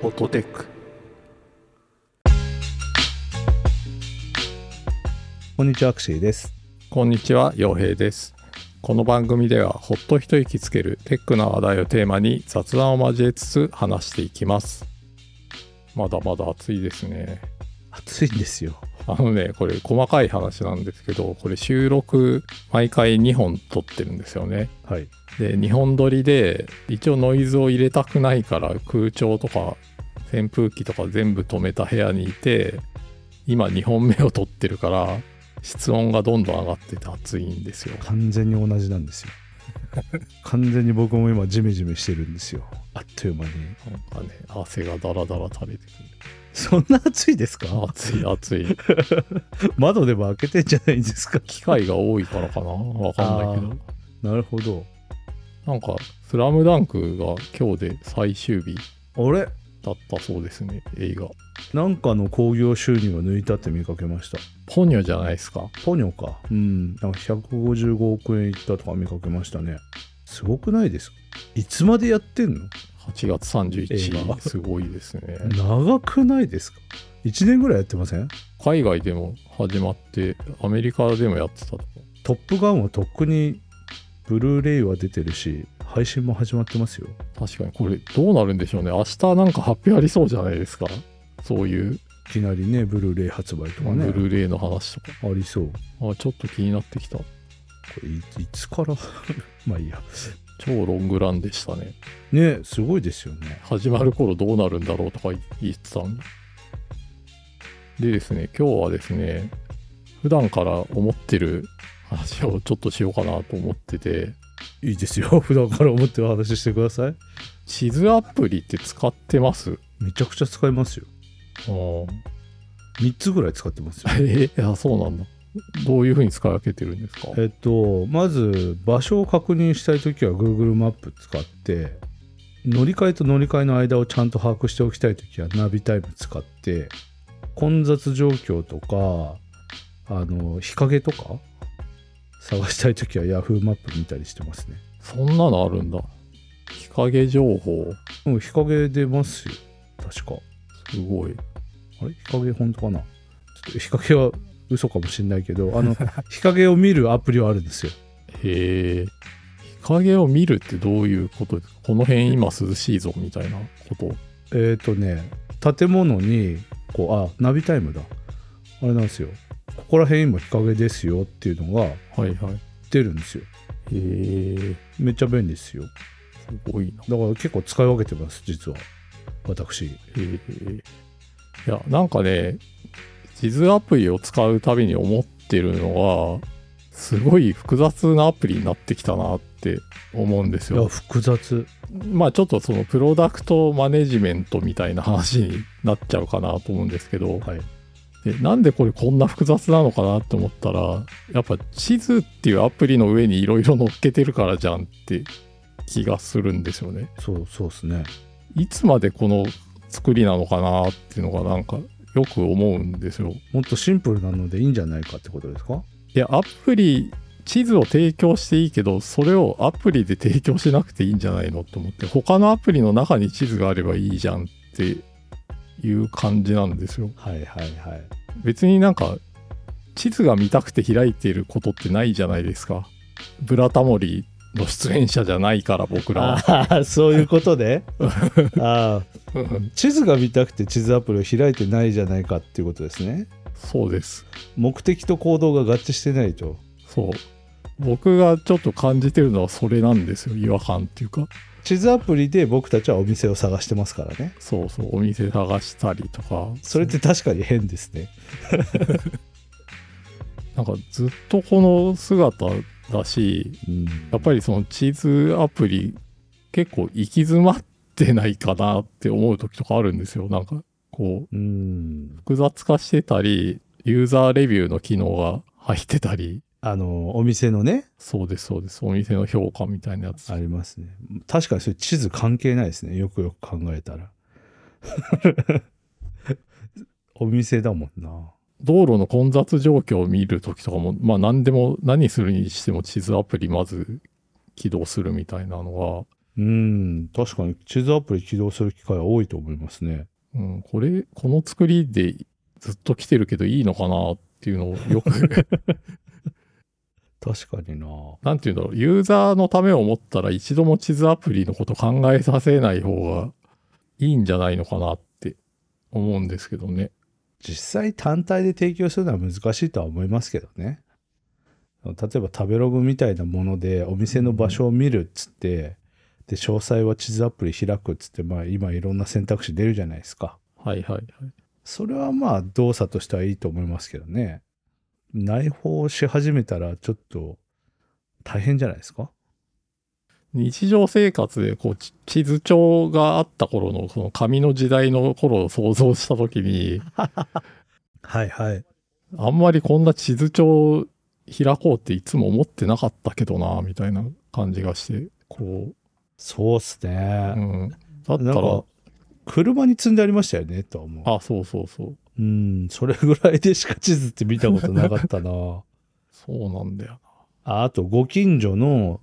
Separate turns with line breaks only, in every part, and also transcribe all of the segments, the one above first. フォトテック
こんにちは、アクシーです。
こんにちは陽平ですこの番組ではほっと一息つけるテックな話題をテーマに雑談を交えつつ話していきますまだまだ暑いですね
暑いんですよ。
あのねこれ細かい話なんですけどこれ収録毎回2本撮ってるんですよね
はい。
で2本撮りで一応ノイズを入れたくないから空調とか扇風機とか全部止めた部屋にいて今2本目を撮ってるから室温がどんどん上がってて暑いんですよ
完全に同じなんですよ。完全に僕も今、ジメジメしてるんですよ。あっという間に。
なんかね汗がダラダラ垂れてく
そんな暑いです
る
か
暑い暑い
窓でも開けてんじゃないんですか
機械が多いからかなわかんないけど
なるほど。
なんか「スラムダンクが今日で最終日
あれ
だったそうですね映画
なんかの興行収入を抜いたって見かけました。
ポニョじゃないですか
ポニョか。うん。なんか155億円いったとか見かけましたね。すごくないですかいつまでやってんの
8月31
映画
日すごいですね
長くないですか ?1 年ぐらいやってません
海外でも始まってアメリカでもやってたとか
トップガンはとっくにブルーレイは出てるし配信も始まってますよ
確かにこれどうなるんでしょうね明日なんか発表ありそうじゃないですかそういう
いきなりねブルーレイ発売とか
ブ
ね
ルーレイの話とか
ありそうこ
あちょっと気になってきた
れいいつから まあいいや
超ロングランでしたね
ねすごいですよね
始まる頃どうなるんだろうとか言ってたんでですね今日はですね普段から思ってる話をちょっとしようかなと思ってて
いいですよ 普段から思ってる話してください
地図アプリって使ってます
めちゃくちゃ使いますよ
あー
3つぐらい使ってますよ
えいやそうなんだどういうふうに使い分けてるんですか
えっとまず場所を確認したい時は Google マップ使って乗り換えと乗り換えの間をちゃんと把握しておきたい時はナビタイム使って混雑状況とかあの日陰とか探したい時は Yahoo マップ見たりしてますね
そんなのあるんだ。日陰情報、
うん日陰出ますよ確か
すごい。
あれ日陰本当かなちょっと日陰は嘘かもしんないけどあの日陰を見るアプリはあるんですよ
へえ。日陰を見るってどういうことですかこの辺今涼しいぞみたいなこと。
えっ、ー、とね建物にこうあナビタイムだあれなんですよここら辺今日陰ですよっていうのが
はいはい。へ
出るんですよ
え。
めっちゃ便利ですよ
すごいな。
だから結構使い分けてます実は私
へえ。いや、なんかね、地図アプリを使うたびに思ってるのが、すごい複雑なアプリになってきたなって思うんです
いや
よ。
複雑
まあちょっとそのプロダクトマネジメントみたいな話になっちゃうかなと思うんですけど、
はい
でなんでこれこんな複雑なのかなって思ったらやっぱ地図っていうアプリの上にいろいろ乗っけてるからじゃんって気がするんですよね。
そうそうですね
いつまでこの作りなのかなっていうのがなんかよく思うんですよ。
もっとシンプルなのでいいんじゃないかってことですか
いやアプリ地図を提供していいけどそれをアプリで提供しなくていいんじゃないのと思って他のアプリの中に地図があればいいじゃんっていう感じなんですよ。
はいはいはい
別になんか地図が見たくて開いていることってないじゃないですか。ブラタモリの出演者じゃないから僕らは。
ああそういうことでああ
うん
地図が見たくて地図アプリを開いてないじゃないかっていうことですね
そうです。
目的と行動が合致してないと
そう。僕がちょっと感じてるのはそれなんですよ。違和感っていうか。
地図アプリで僕たちはお店を探してますからね
そうそう。お店探したりとか。
それって確かに変ですね
なんかずっとこの姿だし、
うん
やっぱりその地図アプリ結構行き詰まってないかなって思う時とかあるんですよ。なんかこう
うん
複雑化してたり、ユーザーレビューの機能が入ってたり、
あのお店のね
そうです、そうです。お店の評価みたいなやつ。
ありますね確かにそれ地図関係ないですねよくよく考えたら お店だもんな
道路の混雑状況を見るときとかも、まあ何でも、何するにしても地図アプリまず起動するみたいなの
うん、確かに地図アプリ起動する機会は多いと思いますね。
うん、これ、この作りでずっと来てるけどいいのかなっていうのをよく、
確かにな
なんていうんだろう、ユーザーのためを思ったら一度も地図アプリのこと考えさせない方がいいんじゃないのかなって思うんですけどね。
実際単体で提供するのは難しいとは思いますけどね。例えば食べログみたいなものでお店の場所を見るっつって、で、詳細は地図アプリ開くっつって、まあ今いろんな選択肢出るじゃないですか。
はいはいはい。
それはまあ動作としてはいいと思いますけどね。内包し始めたらちょっと大変じゃないですか
日常生活でこうち地図帳があった頃のその紙の時代の頃を想像した時に
はいはい。
あんまりこんな地図帳開こうっていつも思ってなかったけどなみたいな感じがしてこ
そうっす
う、う
ね。
ん、だった、
なんから車に積んでありましたよね、とは思う。
あそうそうそう
うん、それぐらいでしか地図って見たことなかったな。
そうなんだよ
ああと、ご近所の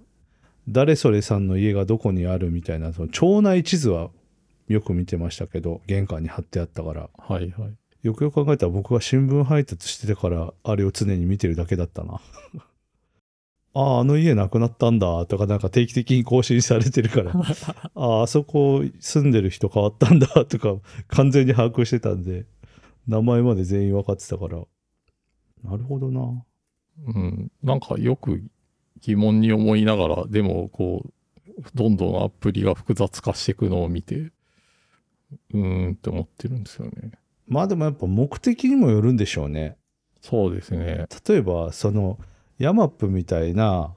誰それさんの家がどこにあるみたいな、その町内地図はよく見てましたけど、玄関に貼ってあったから。
なはいはい
よくよく考えたら僕が新聞配達しててから、あれを常に見てるだけだったな。 ああ、あの家なくなったんだとか、なんか定期的に更新されてるから、ああ、あそこ住んでる人変わったんだとか、完全に把握してたんで、名前まで全員分かってたから、なるほどな。
うん、なんかよく疑問に思いながら、でもこう、どんどんアプリが複雑化していくのを見て、うーんって思ってるんですよね。
まあでもやっぱ目的にもよるんでしょうね。
そうですね。
例えば、その、ヤマップみたいな、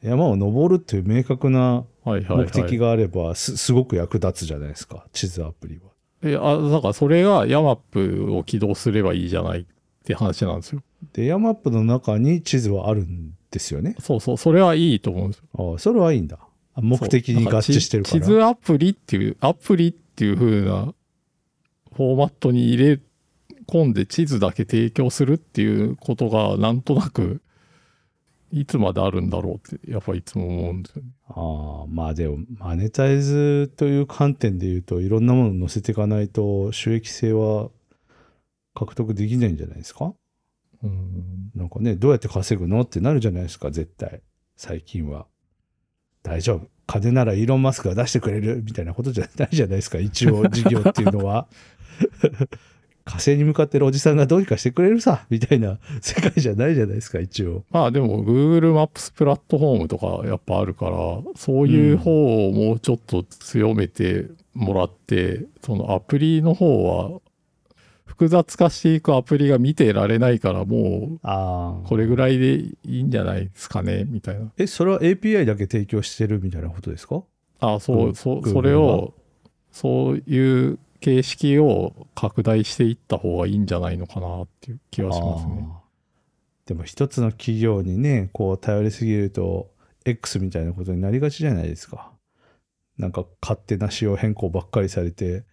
山を登るっていう明確な
はいはい、はい。
目的があればす,、すごく役立つじゃないですか地図アプリは
え、あ、だからそれが YAMAP を起動すればいいじゃないって話なんですよ。
でヤマップの中に地図はあるんですよね
そうそう、それはいいと思うんですよ。
ああそれはいいんだあ目的に
そう
合致してるか
だ
ら
地図アプリっていう、アプリっていう風なフォーマットに入れ込んで地図だけ提供するっていうことがなんとなくいつまであるんだろうってやっぱいつも思うんですよね。
ああまあでもマネタイズという観点で言うといろんなものを載せていかないと収益性は獲得できないんじゃないですか
うん。
なんかねどうやって稼ぐのってなるじゃないですか絶対最近は大丈夫金ならイーロン・マスクが出してくれるみたいなことじゃないじゃないですか一応事業っていうのは 火星に向かってるおじさんがどうにかしてくれるさみたいな世界じゃないじゃないですか一応
まあでも Google マップスプラットフォームとかやっぱあるから、そういう方をもうちょっと強めてもらって、そのアプリの方は複雑化していくアプリが見てられないからもう
ああ
これぐらいでいいんじゃないですかねみたいな。
えそれは API だけ提供してるみたいなことですか
あそう、
うん
そう、
Google
それを、そういう形式を拡大していった方がいいんじゃないのかなっていう気はしますね。
あーでも一つの企業にねこう頼りすぎると X みたいなことになりがちじゃないですかなんか勝手な仕様変更ばっかりされて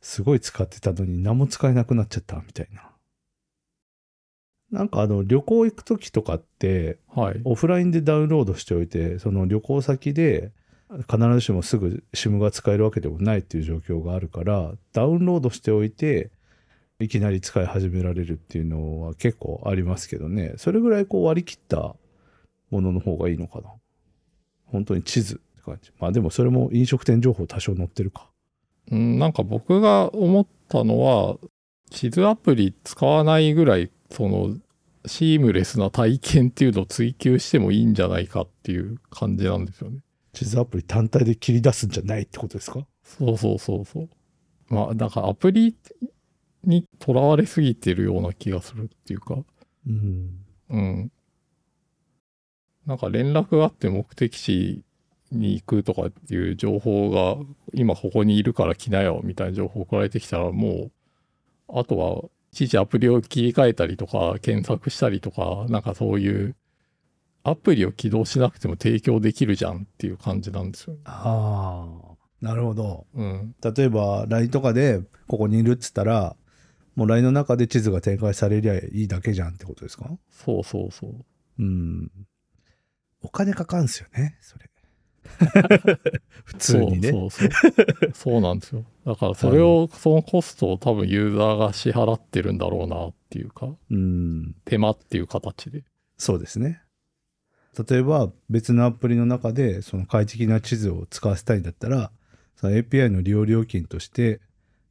すごい使ってたのに何も使えなくなっちゃったみたいななんかあの旅行行く時とかって
はい。
オフラインでダウンロードしておいてその旅行先で必ずしもすぐ SIM が使えるわけでもないっていう状況があるからダウンロードしておいていきなり使い始められるっていうのは結構ありますけどねそれぐらいこう割り切ったものの方がいいのかな本当に地図って感じまあでもそれも飲食店情報多少載ってるか
うん、なんか僕が思ったのは、地図アプリ使わないぐらい、その、シームレスな体験っていうのを追求してもいいんじゃないかっていう感じなんですよね。
地図アプリ単体で切り出すんじゃないってことですか
そうそうそうそう。まあ、だからアプリにとらわれすぎてるような気がするっていうか。
うん
うん。なんか連絡があって目的地に行くとかっていう情報が今ここにいるから来なよみたいな情報送られてきたらもうあとはいちいちアプリを切り替えたりとか検索したりとかなんかそういうアプリを起動しなくても提供できるじゃんっていう感じなんですよね。
ああなるほど
うん。
例えば LINE とかでここにいるっつったらもう LINE の中で地図が展開されりゃいいだけじゃんってことですか
そうそうそう。
うんお金かかんすよねそれ普通にね。
そうそうそう そうなんですよだからそれをそのコストを多分ユーザーが支払ってるんだろうなっていうか
うん、
手間っていう形で
そうですね。例えば別のアプリの中でその快適な地図を使わせたいんだったら、その API の利用料金として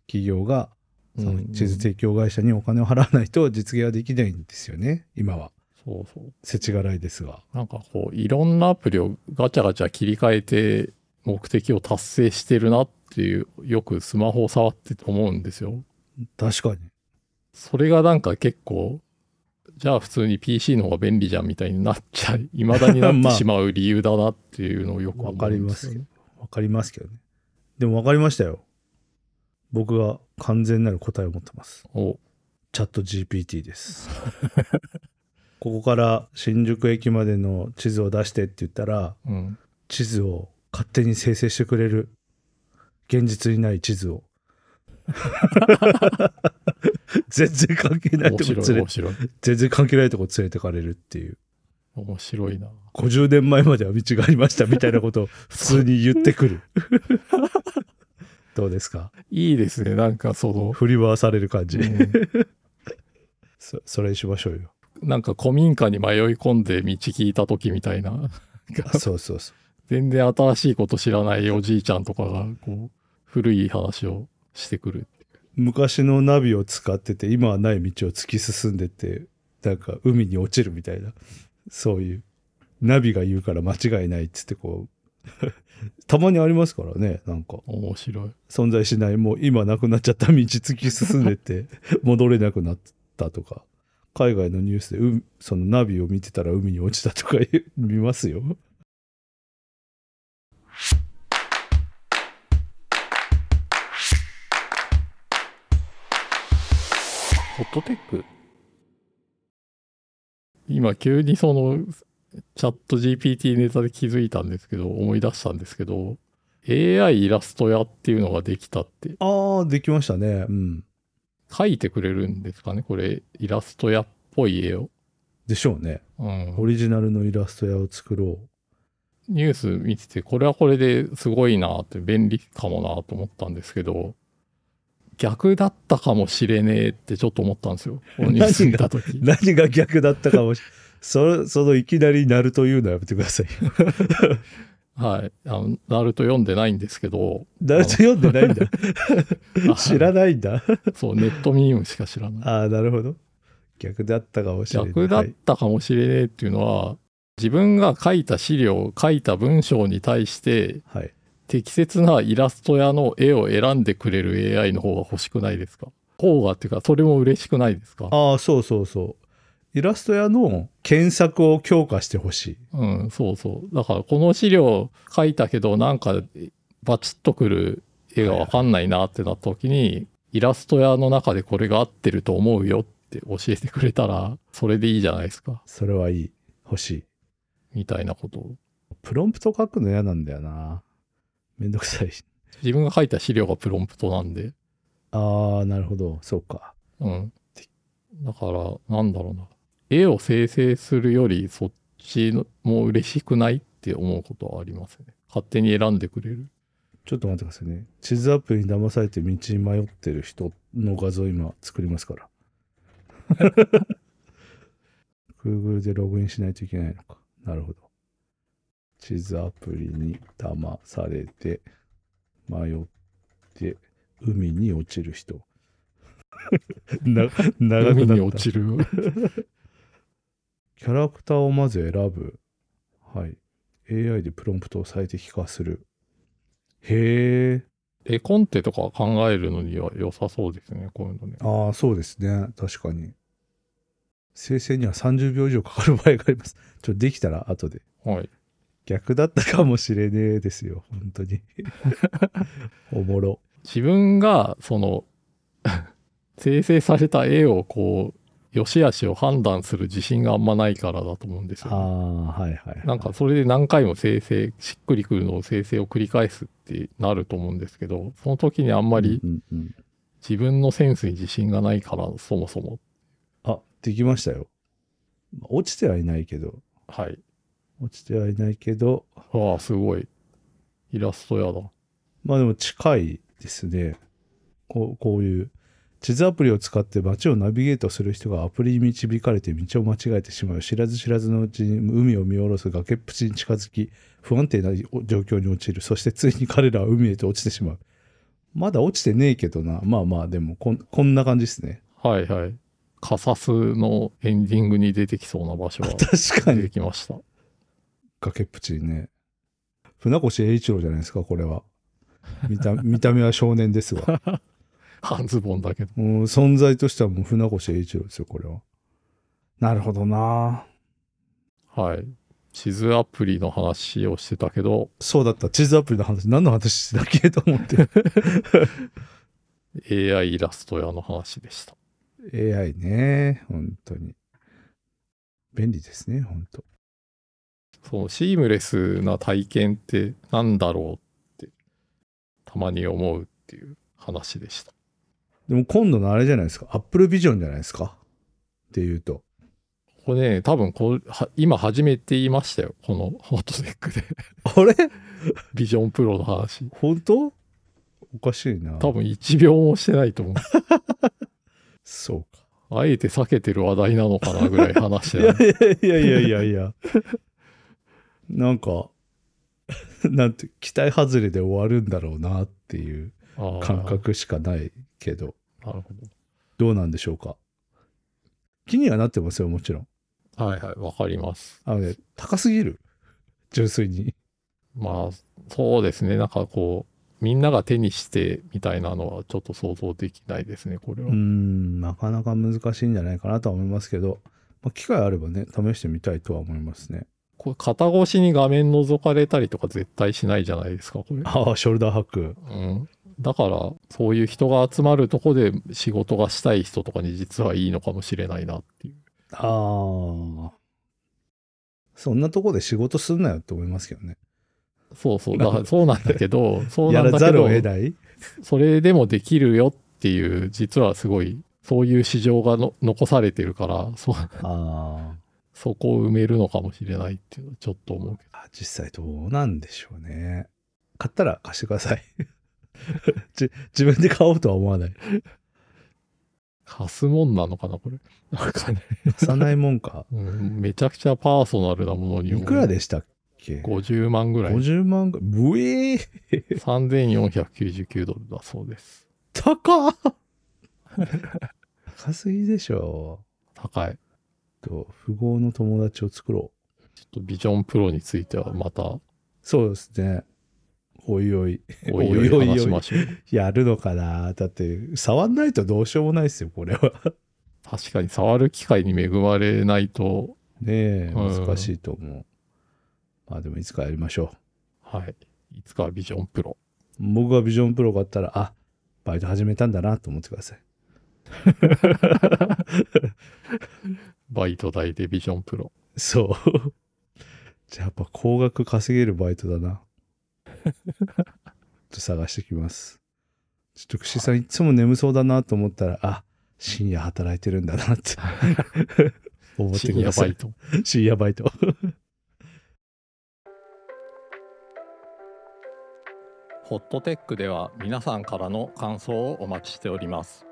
企業がその地図提供会社にお金を払わないと実現はできないんですよね、今は。
うんうんそうそう
世知辛いですが。
なんかこういろんなアプリをガチャガチャ切り替えて目的を達成してるなっていうよくスマホを触ってて思うんですよ
確かに。
それがなんか結構じゃあ普通に PC の方が便利じゃんみたいになっちゃいまだになっ
ま
て
あ
しまう理由だなっていうのをよく思
わ
うん
かり
で
ますす
よ
け
ね
ど。わかりますけどね。でもわかりましたよ。僕が完全なる答えを持ってます。
お
チャット GPT です。ここから新宿駅までの地図を出してって言ったら、
うん
地図を勝手に生成してくれる。現実にない地 図を。全然関係ない
面
と
白
こ
い
連れ
面、白い
全然関係ないとこ連れてかれるっていう。
面白いな
50年前までは道がありましたみたいなことを普通に言ってく る。どうですか
いいですねなんかその、
振り回される感じ。
うん
そそれにしましょうよ。
なんか古民家に迷い込んで道聞いた時みたいな
そうそうそう。
全然新しいこと知らないおじいちゃんとかがこう古い話をしてくる
昔のナビを使ってて今はない道を突き進んでてなんか海に落ちるみたいなそういうナビが言うから間違いないっつってこう たまにありますからねなんか
面白い
存在しないもう今なくなっちゃった道突き進んで て戻れなくなったとか海外のニュースでうそのナビを見てたら海に落ちたとか言う見ますよ
ホットテック今急にそのチャット GPT ネタで気づいたんですけど思い出したんですけど AI イラスト屋っていうのができたって
あーできましたねうん
書いてくれるんですかねこれイラスト屋っぽい絵を、
でしょうね
うん
オリジナルのイラスト屋を作ろう
ニュース見てて、これはこれですごいなって便利かもなと思ったんですけど、逆だったかもしれねえってちょっと思ったんですよ。このニュース見た時
何が逆だったかも しれそれそのいきなりなるというのはやめてくださいよ。
はい。あの、ナルト読んでないんですけど、
ナルト読んでない んだ。知ら
い。
ないんだ。
そう、ネットミームしか知らない。
ああ、なるほど。逆だったかもしれない。
逆だ
は
っ
い
たかもしれねえっていうのは、自分が書いた資料、書いた文章に対して、
はい。
適切なイラスト屋の絵を選んでくれる AI の方が欲しくないですか方がっていうか、それも嬉しくないですか
ああ、そうそうそう。イラスト屋の検索を強化してほしい。
うん、そうそう。だからこの資料書いたけど、なんかバチッとくる絵がわかんないなってなった時に、イラスト屋の中でこれが合ってると思うよって教えてくれたら、それでいいじゃないですか。
それはいい。欲しい。
みたいなことを。
プロンプト書くの嫌なんだよな。めんどくさい。
自分が書いた資料がプロンプトなんで。
ああ、なるほど。そうか。
うん。だから、なんだろうな。絵を生成するより、そっちのも嬉しくないって思うことはありますね。勝手に選んでくれる。
ちょっと待ってくださいね。地図アプリに騙されて道に迷ってる人の画像今作りますから。Google でログインしないといけないのか。なるほど。地図アプリに騙されて迷って海に落ちる人。 な長く
海
な
に
っ
落
た。
ちる。
キャラクターをまず選ぶ。はい。AI でプロンプトを最適化する。へえ。
絵コンテとか考えるのには良さそうですね、こういうのね。
ああ、そうですね。確かに。生成には30秒以上かかる場合があります。 ちょ、できたら後で。
はい。
逆だったかもしれねえですよ。本当に。 おもろ。
自分が、その、 生成された絵をこう、良し悪しを判断する自信があんまないからだと思うんです
あ
よ。
あ、はいはいはい。
なんかそれで何回も生成、しっくりくるのを生成を繰り返すってなると思うんですけど、その時にあんまり
うんうんうん
自分のセンスに自信がないから、そもそも。
あ、できましたよ。落ちてはいないけど。
はい。
落ちてはいないけど、
わあ、すごい。イラスト屋だ。
まあでも近いですね。こうこういう地図アプリを使って街をナビゲートする人がアプリに導かれて道を間違えてしまう知らず知らずのうちに海を見下ろす崖っぷちに近づき不安定な状況に陥るそしてついに彼らは海へと落ちてしまうまだ落ちてねえけどなまあまあでもこんこんな感じですね
はいはい。カサスのエンディングに出てきそうな場所が
確か
出
に
てきました。
崖っぷちにね船越英一郎じゃないですかこれは見た 見た目は少年ですわ
半ズボンだけど。
もう存在としてはもう船越英一郎ですよこれはなるほどな
はい。地図アプリの話をしてたけど、
そうだった地図アプリの話何の話してたっけと思って
AI イラスト屋の話でした。
AI ね本当に便利ですね本当
そのシームレスな体験ってなんだろうって、たまに思うっていう話でした。
でも今度のあれじゃないですか Apple Vision じゃないですかっていうと
これね、多分こうは今初めて言いましたよ。このホットテックで。
あれ
ビジョンプロの話。
本当おかしいな
多分1秒もしてないと思う。
そうか
あえて避けてる話題なのかなぐらい話して
い
な
や
い。
いやいやいやいやいやなんか なんて期待外れで終わるんだろうなっていう
あー
感覚しかないけど
なるほど。
どうなんでしょうか気にはなってますよもちろん
はいはい、わかります。
あのね高すぎる 純粋に
まあ、そうですね。なんかこう、みんなが手にしてみたいなのはちょっと想像できないですね、これは。
うーんなかなか難しいんじゃないかなとは思いますけど、まあ、機会あればね試してみたいとは思いますね
これ肩越しに画面覗かれたりとか絶対しないじゃないですか、これ。
ああショルダーハック
うん。だから、そういう人が集まるとこで仕事がしたい人とかに実はいいのかもしれないなっていう。
ああそんなとこで仕事すんなよって思いますけどね
そうそう。だ からそうなんだけど、そう
や
なん
ら
だ
ざ
け
る
ど
を、得ない
それでもできるよっていう、実はすごい、そういう市場がの残されてるから、そ、
あ
そこを埋めるのかもしれないっていうのはちょっと思うけど。
あ、実際どうなんでしょうね。買ったら貸してくだ さい。じ自分で買おうとは思わない。
貸すもんなのかな、これ。なんかね、。
貸さないもんか
うんめちゃくちゃパーソナルなものに。
いくらでしたっけ
?50 万ぐらい。
?50 万ぐらい。ブエー
3499ドルだそうです。
高っ 高すぎでしょ
高い。
と、富豪の友達を作ろう。
ちょっとビジョンプロについてはまた、
そうですね。おいおい。
おいおい
おいおいおい
話しましょう。
やるのかなだって、触んないとどうしようもないですよ、これは。
確かに触る機会に恵まれないと、
ねえ、
うん
難しいと思う。まあでも、いつかやりましょう。
はい。いつかはビジョンプロ。
僕がビジョンプロ買ったら、あ、バイト始めたんだなと思ってください。
バイト代でビジョンプロ。
そう。 じゃあやっぱ高額稼げるバイトだな。ちょっと探してきます。ちょっと串さんいつも眠そうだなと思ったら、あ、深夜働いてるんだなって思って
深
く
夜
ださ
バ
い
イ。ト。
深夜バイト。
ホットテックでは皆さんからの感想をお待ちしております。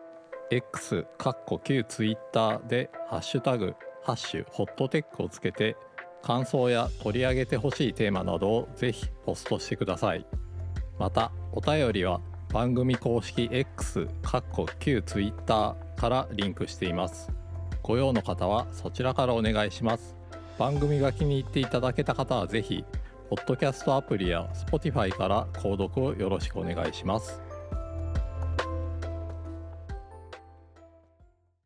X かっこ旧 Twitter でハッシュタグハッシュホットテックをつけて感想や取り上げてほしいテーマなどをぜひポストしてください。またお便りは番組公式 X かっこ旧 Twitter からリンクしています。ご用の方はそちらからお願いします。番組が気に入っていただけた方はぜひポッドキャストアプリや Spotify から購読をよろしくお願いします。